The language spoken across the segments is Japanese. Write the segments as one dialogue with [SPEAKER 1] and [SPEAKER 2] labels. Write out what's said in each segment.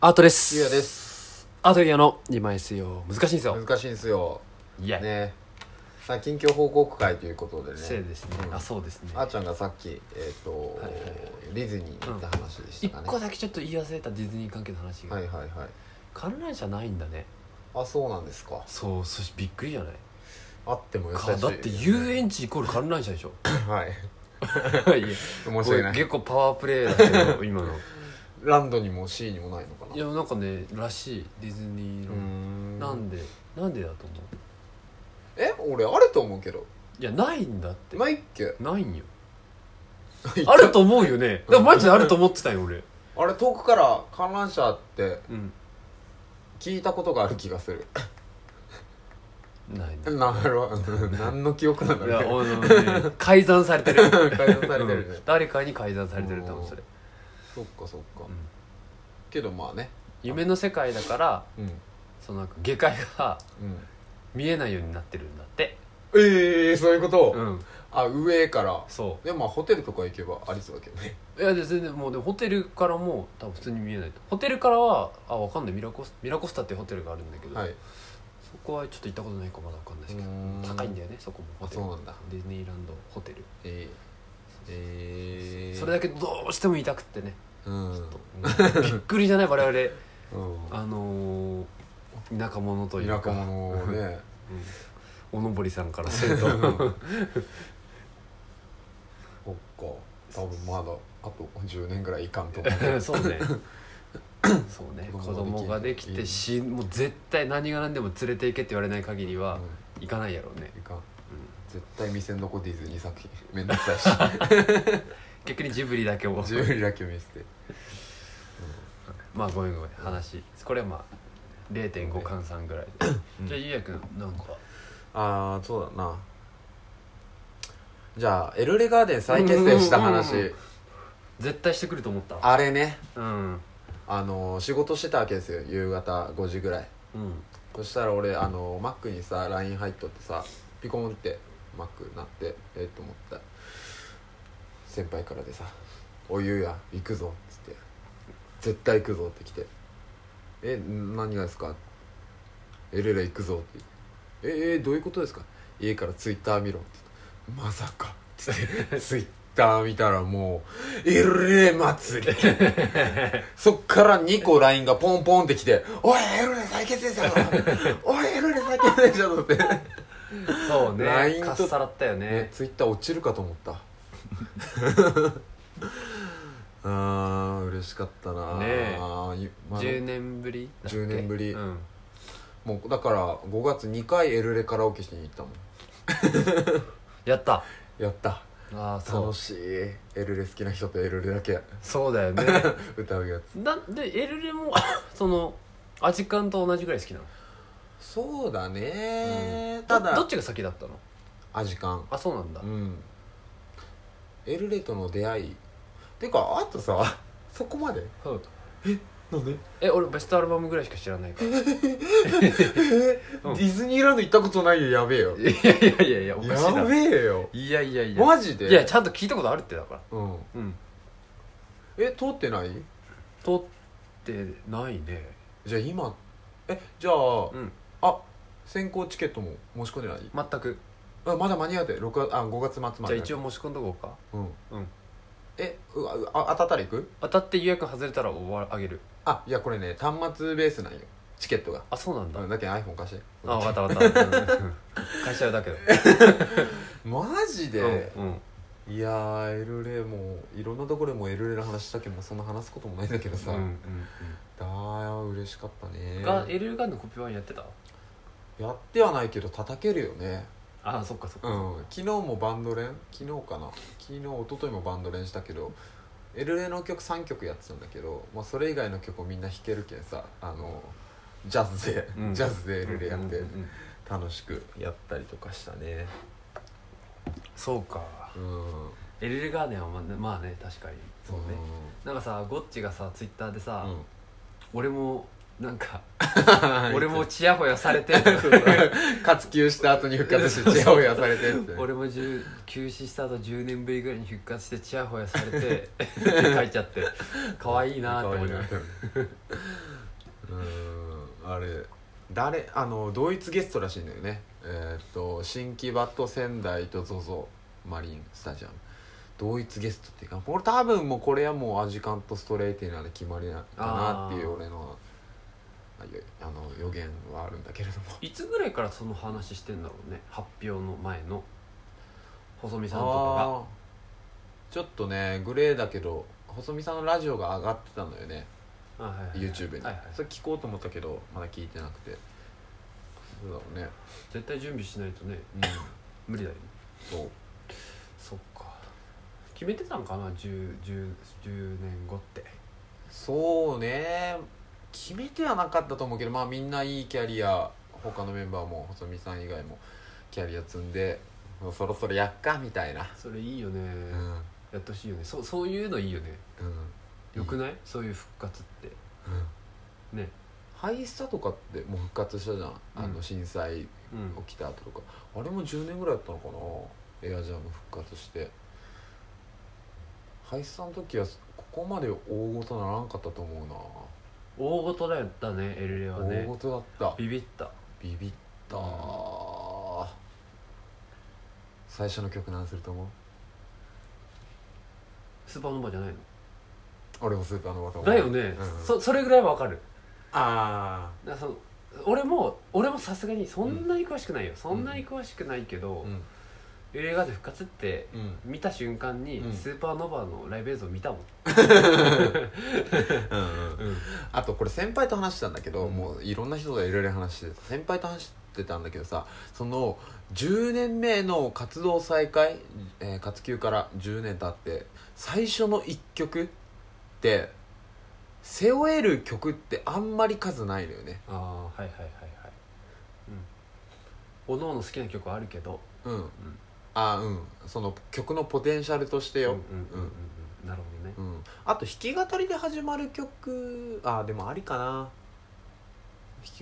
[SPEAKER 1] アートです
[SPEAKER 2] ゆうやです
[SPEAKER 1] アートエリアの2枚水曜難しいんですよ
[SPEAKER 2] 難しいんですよ
[SPEAKER 1] いや、
[SPEAKER 2] ねさあ近況報告会ということでね
[SPEAKER 1] そうですね、あそうですね
[SPEAKER 2] あーちゃんがさっきえっ、と、
[SPEAKER 1] はいはいはい
[SPEAKER 2] ディズニー行った話でし
[SPEAKER 1] 一
[SPEAKER 2] たかね、
[SPEAKER 1] 個だけちょっと言い忘れたディズニー関係の話が、
[SPEAKER 2] はいはいはい
[SPEAKER 1] 観覧車ないんだね
[SPEAKER 2] あそうなんですか
[SPEAKER 1] そうそしてびっくりじゃない
[SPEAKER 2] あってもよ
[SPEAKER 1] か
[SPEAKER 2] さ
[SPEAKER 1] だって遊園地イコール観覧車でしょ
[SPEAKER 2] はい
[SPEAKER 1] いや
[SPEAKER 2] 申し訳ない
[SPEAKER 1] 結構パワープレイだけど 今の
[SPEAKER 2] ランドにもシーにもないのかない
[SPEAKER 1] やなんかねらしいディズニー
[SPEAKER 2] うー
[SPEAKER 1] の、
[SPEAKER 2] ん
[SPEAKER 1] なんでなんでだと思う
[SPEAKER 2] え俺あると思うけど
[SPEAKER 1] いやないんだって
[SPEAKER 2] ないっけ
[SPEAKER 1] ないんよ あると思うよねだからマジであると思ってたよ俺
[SPEAKER 2] あれ遠くから観覧車って
[SPEAKER 1] うん
[SPEAKER 2] 聞いたことがある気がする
[SPEAKER 1] ないね
[SPEAKER 2] なるほど 何の記憶なんだ
[SPEAKER 1] い
[SPEAKER 2] ろう
[SPEAKER 1] や
[SPEAKER 2] ね
[SPEAKER 1] 俺のね改ざんされてる
[SPEAKER 2] 改造されてるね
[SPEAKER 1] うん誰かに改ざんされてると思うそれ、
[SPEAKER 2] そっかそっか、
[SPEAKER 1] うん
[SPEAKER 2] けどまあね
[SPEAKER 1] 夢の世界だから
[SPEAKER 2] うん
[SPEAKER 1] そのなんか下界が
[SPEAKER 2] うん
[SPEAKER 1] 見えないようになってるんだって
[SPEAKER 2] ええそういうこと、
[SPEAKER 1] うん
[SPEAKER 2] あ上から
[SPEAKER 1] そ
[SPEAKER 2] でもまあホテルとか行けばありそうだけどね
[SPEAKER 1] ういやで全然もうでホテルからも多分普通に見えないとホテルからはあわかんないミラコスミラコスタっていうホテルがあるんだけど、
[SPEAKER 2] はい
[SPEAKER 1] そこはちょっと行ったことないかまだわかんないですけど
[SPEAKER 2] うーん
[SPEAKER 1] 高いんだよねそこもホ
[SPEAKER 2] あ
[SPEAKER 1] テル
[SPEAKER 2] そうなんだ
[SPEAKER 1] ディズニーランドホテル、
[SPEAKER 2] えー、えー、
[SPEAKER 1] それだけどうしても痛くってね、
[SPEAKER 2] うん、
[SPEAKER 1] ちょっとうんびっくりじゃない我々
[SPEAKER 2] う
[SPEAKER 1] あのー、田舎者とい
[SPEAKER 2] ん、
[SPEAKER 1] う
[SPEAKER 2] 田
[SPEAKER 1] か
[SPEAKER 2] 舎者ね
[SPEAKER 1] おのぼりさんから すると
[SPEAKER 2] そっか多分まだあと10年ぐらいいかんと思 う
[SPEAKER 1] そう ねそうね子
[SPEAKER 2] 子供
[SPEAKER 1] 供
[SPEAKER 2] が
[SPEAKER 1] が
[SPEAKER 2] で
[SPEAKER 1] でき
[SPEAKER 2] きて
[SPEAKER 1] てしもう絶対何が何でも連れて行けって言われない限りは
[SPEAKER 2] う
[SPEAKER 1] 行かないやろうね
[SPEAKER 2] ん、いかん絶対店の子ディズニー作品めんど くさいし
[SPEAKER 1] 逆にジブリだけも
[SPEAKER 2] 自由にだけ見せて
[SPEAKER 1] まあごめんごめん話これはまあ0.5換算ぐらいで、
[SPEAKER 2] うん
[SPEAKER 1] じゃあゆうやくんなんか
[SPEAKER 2] ああそうだなじゃあエルレガーデン再結成した話、
[SPEAKER 1] うんうんうんうん絶対してくると思った
[SPEAKER 2] あれね
[SPEAKER 1] うん
[SPEAKER 2] あのー仕事してたわけですよ夕方5時ぐらい
[SPEAKER 1] うん
[SPEAKER 2] そしたら俺あのーマックにさ LINE 入っとってさピコンってマックなってえっと思った先輩からでさ「おいゆうや行くぞ」っつって「絶対行くぞ」って来て「えん何がですか?」「エルレ行くぞ」って「ええどういうことですか?」「家からツイッター見ろ」って言って「まさか」っつってツイッター見たらもう「エルレ祭り」そっから2個 LINE がポンポンってきて「おいエルレ再結成者だ!」 「おいエルレ再結成者だ!」って
[SPEAKER 1] そうね
[SPEAKER 2] LINE と
[SPEAKER 1] かっさらったよ
[SPEAKER 2] ね
[SPEAKER 1] ね
[SPEAKER 2] ツイッター落ちるかと思った あー嬉しかったな
[SPEAKER 1] ねえ
[SPEAKER 2] あーいまあ
[SPEAKER 1] 10年ぶりだっけ
[SPEAKER 2] 10年ぶり
[SPEAKER 1] うん
[SPEAKER 2] もうだから5月2回エルレカラオケしに行ったもん
[SPEAKER 1] やった
[SPEAKER 2] やった
[SPEAKER 1] ああそう
[SPEAKER 2] 楽しいエルレ好きな人とエルレだけ
[SPEAKER 1] そうだよね
[SPEAKER 2] 歌うやつ
[SPEAKER 1] なんでエルレも そのアジカンと同じぐらい好きなの
[SPEAKER 2] そうだね、
[SPEAKER 1] ど
[SPEAKER 2] た
[SPEAKER 1] どっ
[SPEAKER 2] だ
[SPEAKER 1] ちが先だったの
[SPEAKER 2] アジカン
[SPEAKER 1] あそうなんだ
[SPEAKER 2] うんエルレとの出会いてかあとさ そこまで
[SPEAKER 1] そう
[SPEAKER 2] なんで
[SPEAKER 1] え俺ベストアルバムぐらいしか知らないから いうん
[SPEAKER 2] ディズニーランド行ったことないよやべえよ
[SPEAKER 1] やいやいやいやおかしい
[SPEAKER 2] や
[SPEAKER 1] な
[SPEAKER 2] べ
[SPEAKER 1] い
[SPEAKER 2] えよ
[SPEAKER 1] やいやいや
[SPEAKER 2] マジで
[SPEAKER 1] いやちゃんと聞いたことあるってだから
[SPEAKER 2] うん
[SPEAKER 1] うん
[SPEAKER 2] え通ってない
[SPEAKER 1] 撮ってないね
[SPEAKER 2] じゃあ今えじゃあ、
[SPEAKER 1] うん
[SPEAKER 2] あ先行チケットも申し込んでない
[SPEAKER 1] 全く
[SPEAKER 2] あまだ間に合うで6月あ5月末まで
[SPEAKER 1] じゃあ一応申し込んどこうか
[SPEAKER 2] うん
[SPEAKER 1] うん
[SPEAKER 2] えうわうあ当たったら行く
[SPEAKER 1] 当たって予約外れたら終わあげる
[SPEAKER 2] あいやこれね端末ベースなんよチケットが
[SPEAKER 1] あそうなんだ
[SPEAKER 2] うんだけど iPhone 貸して
[SPEAKER 1] あ分かった分 かったうん会社だけど
[SPEAKER 2] マジで、
[SPEAKER 1] うんうん
[SPEAKER 2] いやーエルレもういろんなところでもエルレの話したけどもうそんな話すこともないんだけどさ、
[SPEAKER 1] うんうん
[SPEAKER 2] だー嬉しかった
[SPEAKER 1] う
[SPEAKER 2] ね
[SPEAKER 1] んがエルレガンのコピーワンやってた
[SPEAKER 2] やってはないけど叩けるよね
[SPEAKER 1] ああそっかそっ
[SPEAKER 2] う
[SPEAKER 1] か
[SPEAKER 2] ん昨日もバンド練昨日かな昨日一昨日もバンド練したけどエルレの曲3曲やってたんだけど、まあ、それ以外の曲をみんな弾けるけんさあのジャズで、
[SPEAKER 1] うん
[SPEAKER 2] ジャズでエルレやって、
[SPEAKER 1] うんうんうん
[SPEAKER 2] 楽しくやったりとかしたね
[SPEAKER 1] そうか
[SPEAKER 2] うん
[SPEAKER 1] エルレガーデンはまあね,、まあ、ね確かにそうね、なんかさゴッチがさツイッターでさ、
[SPEAKER 2] うん
[SPEAKER 1] 俺もなん か
[SPEAKER 2] うん
[SPEAKER 1] 俺もちやほやさ れて
[SPEAKER 2] 活休した後に復活してチヤホヤされてって
[SPEAKER 1] 俺も10休止した後10年ぶりぐらいに復活して ちやほやされてって書いちゃって可愛いなーって思いながら
[SPEAKER 2] 可愛いなあれ誰あの同一ゲストらしいんだよねえーっと新木場と仙台と ZOZO マリンスタジアム同一ゲストっていうかこれ多分もうこれはもうアジカンとストレイティーなで決まりなかなってい
[SPEAKER 1] あー
[SPEAKER 2] う俺のあよあの予言はあるんだけれ ども
[SPEAKER 1] いつぐらいからその話してんだろうね発表の前の細見さんとか
[SPEAKER 2] あーちょっとねグレーだけど細見さんのラジオが上がってたのよね
[SPEAKER 1] があはいはいはい
[SPEAKER 2] YouTube に、
[SPEAKER 1] はいはい
[SPEAKER 2] それ聞こうと思ったけどまだ聞いてなくてそうだろうね
[SPEAKER 1] 絶対準備しないとね
[SPEAKER 2] うん
[SPEAKER 1] 無理だよね
[SPEAKER 2] そう
[SPEAKER 1] そっか決めてたんかな 10, 10, 10年後って
[SPEAKER 2] そうね決めてはなかったと思うけどまあみんないいキャリア他のメンバーも細見さん以外もキャリア積んでもうそろそろやっかみたいな
[SPEAKER 1] それいいよね、
[SPEAKER 2] うんうん
[SPEAKER 1] やってほしいよねそうそういうのいいよねよくない、そういう復活って
[SPEAKER 2] うん
[SPEAKER 1] ね
[SPEAKER 2] ハイスタとかってもう復活したじゃん、あ
[SPEAKER 1] う
[SPEAKER 2] の
[SPEAKER 1] ん
[SPEAKER 2] 震災
[SPEAKER 1] うん
[SPEAKER 2] 起きた後とかあれも10年ぐらいやったのかなエアジャム復活してハイスタの時はここまで大ごとならんかったと思うな
[SPEAKER 1] 大事だったねエルレは
[SPEAKER 2] 大
[SPEAKER 1] ね
[SPEAKER 2] ごとだった
[SPEAKER 1] ビビった
[SPEAKER 2] ビビったー最初の曲何すると思う
[SPEAKER 1] スーパーノヴァじゃないの
[SPEAKER 2] 俺もスーパーのバ
[SPEAKER 1] だよね、
[SPEAKER 2] うん
[SPEAKER 1] そそれぐらいわかる
[SPEAKER 2] あ
[SPEAKER 1] だからその俺も俺もさすがにそんなに詳しくないよ、そんなに詳しくないけ
[SPEAKER 2] あ
[SPEAKER 1] ど、
[SPEAKER 2] うん
[SPEAKER 1] エルレガーデ復活って
[SPEAKER 2] うん
[SPEAKER 1] 見た瞬間に、
[SPEAKER 2] うん
[SPEAKER 1] スーパーノヴァのライブ映像見たもん、うん
[SPEAKER 2] あとこれ先輩と話してたんだけど、
[SPEAKER 1] うん
[SPEAKER 2] もういろんな人がいろいろ話してた先輩と話してたんだけどさその10年目の活動再開、えー活休から10年経って最初の1曲って背負える曲ってあんまり数ないのよね
[SPEAKER 1] ああはいはいはいはいうんおのおの好きな曲はあるけど
[SPEAKER 2] うん、あうんその曲のポテンシャルとしてよ、
[SPEAKER 1] うんうんうんうんうんなるほどね
[SPEAKER 2] うん、あと弾き語りで始まる曲あでもありかな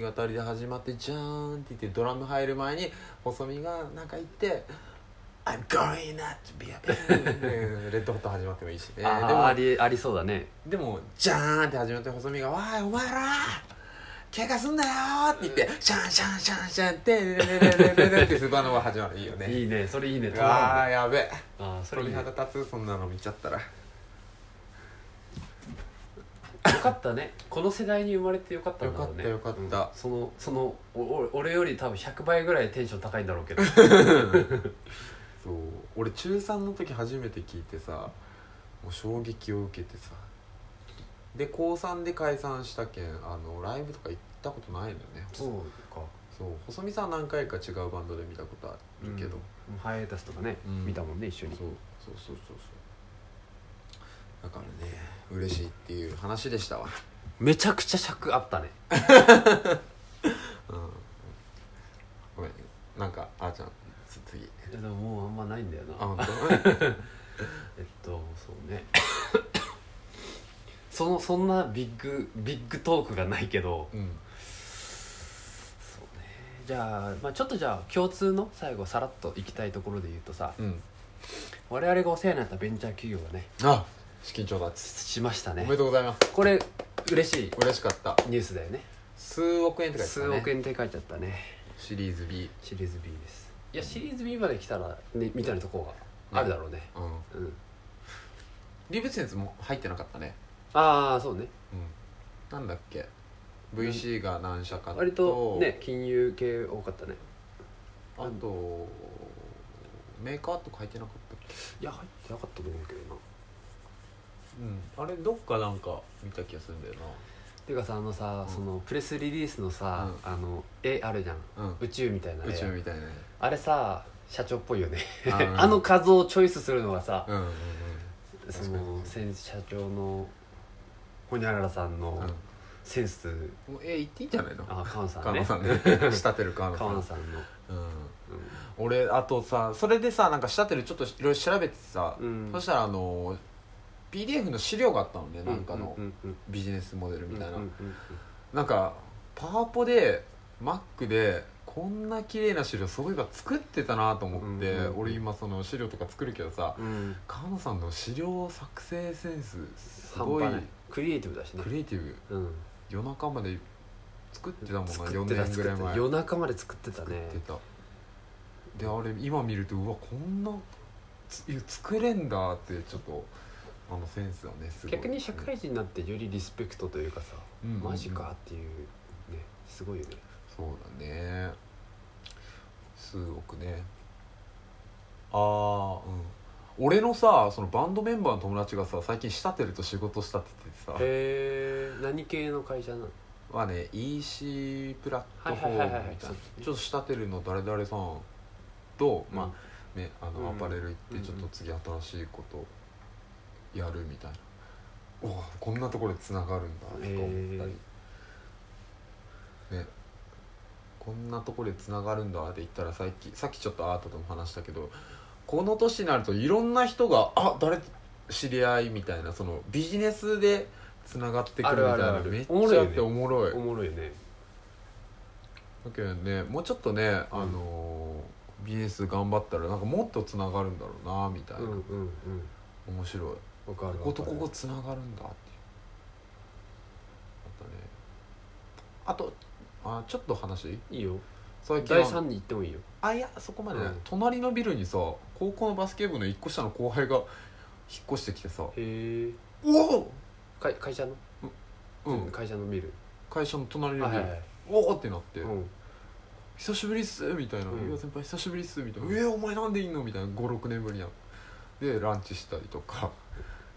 [SPEAKER 2] 弾き語りで始まって「じゃーん」って言ってドラム入る前に細身がなんか言って「I'm going not to be a band うん」レッドホット始まってもいいしねで
[SPEAKER 1] あー
[SPEAKER 2] も
[SPEAKER 1] ありありそうだね
[SPEAKER 2] でも「じゃーん」って始まって細身が「わーいお前ら怪我すんなよ」って言って「シャンシャンシャンシャン」って「レレレレレレ」ってスーパーノバ始まるいいよね
[SPEAKER 1] いいねそれいいね
[SPEAKER 2] うわーやべえ
[SPEAKER 1] ああそれいい
[SPEAKER 2] 鳥
[SPEAKER 1] ね
[SPEAKER 2] 肌立つそんなの見ちゃったら
[SPEAKER 1] よかったねこの世代に生まれてよかったんだろうね
[SPEAKER 2] よかったよかっ
[SPEAKER 1] う
[SPEAKER 2] た
[SPEAKER 1] んそのそのおお俺より多分100倍ぐらいテンション高いんだろうけど
[SPEAKER 2] そう俺中3の時初めて聞いてさもう衝撃を受けてさで高3で解散したけんあのライブとか行ったことないのよね
[SPEAKER 1] そうか
[SPEAKER 2] そう細見さんは何回か違うバンドで見たことあるけど、
[SPEAKER 1] ハイエータスとかね、
[SPEAKER 2] うん
[SPEAKER 1] 見たもんね一緒に
[SPEAKER 2] そうそうそうそうそうだからね嬉しいっていう話でしたわ
[SPEAKER 1] めちゃくちゃ尺あったね
[SPEAKER 2] うんごめんなんかあーちゃんつ次
[SPEAKER 1] いやでももうあんまないんだよな
[SPEAKER 2] あ本当
[SPEAKER 1] えっとそうね そのそんなビッグビッグトークがないけど
[SPEAKER 2] うん
[SPEAKER 1] そうねじゃあ,、まあちょっとじゃあ共通の最後さらっといきたいところで言うとさ
[SPEAKER 2] うん
[SPEAKER 1] 我々がお世話になったベンチャー企業がね
[SPEAKER 2] あ資金調達
[SPEAKER 1] しました
[SPEAKER 2] お
[SPEAKER 1] ね
[SPEAKER 2] めでとうございます
[SPEAKER 1] これ嬉しい
[SPEAKER 2] 嬉しかった
[SPEAKER 1] ニュースだよね
[SPEAKER 2] 数億円って書いてたね
[SPEAKER 1] 数億円って書いちゃったね
[SPEAKER 2] シリーズ B
[SPEAKER 1] シリーズ B ですいやシリーズ B まで来たら、ね、みたいなとこがあるだろうね
[SPEAKER 2] うん
[SPEAKER 1] うん、
[SPEAKER 2] リブセンスも入ってなかったね
[SPEAKER 1] ああそうね
[SPEAKER 2] うんなんだっけ VC が何社かと
[SPEAKER 1] 割とね金融系多かったね
[SPEAKER 2] あとメーカーとか入ってなかったっけ
[SPEAKER 1] いや入ってなかったと思うけどな
[SPEAKER 2] うんあれどっかなんか見た気がするんだよ
[SPEAKER 1] てかさあのさ、
[SPEAKER 2] うん
[SPEAKER 1] そのプレスリリースのさ、あの絵あるじゃん
[SPEAKER 2] なうん
[SPEAKER 1] 宇宙みたいな絵
[SPEAKER 2] 宇宙みたいなね
[SPEAKER 1] あれさ社長っぽいよ ね
[SPEAKER 2] あ ー
[SPEAKER 1] あの画像をチョイスするのがさ、
[SPEAKER 2] うんうんうん
[SPEAKER 1] その先社長のほにゃららさんのセンス、
[SPEAKER 2] うんもうえ言っていいんじゃないの
[SPEAKER 1] あカンさ
[SPEAKER 2] 河
[SPEAKER 1] んね
[SPEAKER 2] 野 さんね 仕立てる河野さ
[SPEAKER 1] 河野
[SPEAKER 2] ん
[SPEAKER 1] さんの、
[SPEAKER 2] うん
[SPEAKER 1] うん
[SPEAKER 2] 俺あとさそれでさなんか仕立てるちょっといろいろ調べてさ、
[SPEAKER 1] うん
[SPEAKER 2] そしたらあの PDF の資料があったのねなんかの
[SPEAKER 1] ううんうん
[SPEAKER 2] ビジネスモデル
[SPEAKER 1] うん
[SPEAKER 2] みたいな、
[SPEAKER 1] うんうんうん
[SPEAKER 2] なんかパワポで Mac でこんな綺麗な資料そういえば作ってたなと思って、
[SPEAKER 1] うんうんうん
[SPEAKER 2] 俺今その資料とか作るけどさ
[SPEAKER 1] うん
[SPEAKER 2] 菅野さんの資料作成センスす
[SPEAKER 1] 半
[SPEAKER 2] ごい
[SPEAKER 1] 端ないクリエイティブだしね
[SPEAKER 2] クリエイティブ
[SPEAKER 1] うん
[SPEAKER 2] 夜中まで作ってたもんな
[SPEAKER 1] 作
[SPEAKER 2] 4
[SPEAKER 1] ってた
[SPEAKER 2] 年
[SPEAKER 1] 作
[SPEAKER 2] ぐ
[SPEAKER 1] って
[SPEAKER 2] らい
[SPEAKER 1] た
[SPEAKER 2] 前
[SPEAKER 1] 夜中まで作ってた
[SPEAKER 2] 作っ
[SPEAKER 1] ね
[SPEAKER 2] てたであれ今見るとうわこんなついや作れんだってちょっとあのセンスだねすごい
[SPEAKER 1] 逆に社会人になってよりリスペクトというかさ、
[SPEAKER 2] うんうんうん
[SPEAKER 1] マジかっていうねすごいよね
[SPEAKER 2] そうだね数億ねああうん俺のさそのバンドメンバーの友達がさ最近仕立てると仕事仕立てててさ
[SPEAKER 1] へえ何系の会社なの
[SPEAKER 2] まあね EC プラットフォーム
[SPEAKER 1] はいはいはいはい
[SPEAKER 2] みた
[SPEAKER 1] そ
[SPEAKER 2] い
[SPEAKER 1] う
[SPEAKER 2] な
[SPEAKER 1] ですね
[SPEAKER 2] ちょっと仕立てるの誰々さんと、まあねあ
[SPEAKER 1] うん
[SPEAKER 2] のアパレル行
[SPEAKER 1] う
[SPEAKER 2] っ
[SPEAKER 1] ん
[SPEAKER 2] てちょっと次新しいことやるみたいな、おおこんなところでつながるんだとか思ったり、ねこんなところでつながるんだって言ったらさっきさっきちょっとアートでも話したけどこの年になるといろんな人があ誰知り合いみたいなそのビジネスでつながってくるみたいな
[SPEAKER 1] あるあるある
[SPEAKER 2] めっ
[SPEAKER 1] おもろい
[SPEAKER 2] ちゃ
[SPEAKER 1] よ
[SPEAKER 2] あっ
[SPEAKER 1] ね
[SPEAKER 2] ておもろい
[SPEAKER 1] おもろいよね
[SPEAKER 2] だけどねもうちょっとね、あのー BS 頑張ったらなんかもっとつながるんだろうなみたいな、
[SPEAKER 1] うんうんうん
[SPEAKER 2] 面白いこ
[SPEAKER 1] わかるわかる
[SPEAKER 2] ことここつながるんだっていうあとねあとあちょっと話
[SPEAKER 1] いいよ
[SPEAKER 2] 最近
[SPEAKER 1] 第3に行ってもいいよ
[SPEAKER 2] あいやそこまでね、
[SPEAKER 1] うん
[SPEAKER 2] 隣のビルにさ高校のバスケ部の1個下の後輩が引っ越してきてさ
[SPEAKER 1] へ
[SPEAKER 2] 「
[SPEAKER 1] え
[SPEAKER 2] うおー
[SPEAKER 1] 会会社の、
[SPEAKER 2] うん、
[SPEAKER 1] 会社のビル
[SPEAKER 2] 会社の隣の
[SPEAKER 1] はい
[SPEAKER 2] ビ
[SPEAKER 1] は
[SPEAKER 2] ル、
[SPEAKER 1] いはい
[SPEAKER 2] おお!」ってなって、
[SPEAKER 1] うん
[SPEAKER 2] 久しぶりっす」みたいな「
[SPEAKER 1] うん
[SPEAKER 2] いや先輩久しぶりっす」みたいな「えーお前なんでいんの?」みたいな56年ぶりやんでランチしたりとか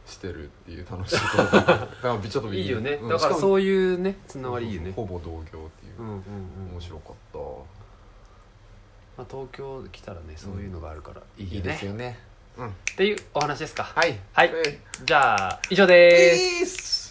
[SPEAKER 2] してるっていう楽し いことだからちょっと
[SPEAKER 1] いいよね、
[SPEAKER 2] うん
[SPEAKER 1] だから
[SPEAKER 2] し
[SPEAKER 1] そういうねつながりいいよね
[SPEAKER 2] ほぼ同業っていう、
[SPEAKER 1] うんうんうん
[SPEAKER 2] 面白かった
[SPEAKER 1] まあ、東京来たらねそういうのがあるからいいよね,、
[SPEAKER 2] いいですよねうん
[SPEAKER 1] っていうお話ですか
[SPEAKER 2] はい
[SPEAKER 1] はい
[SPEAKER 2] え
[SPEAKER 1] じゃあ以上です
[SPEAKER 2] ー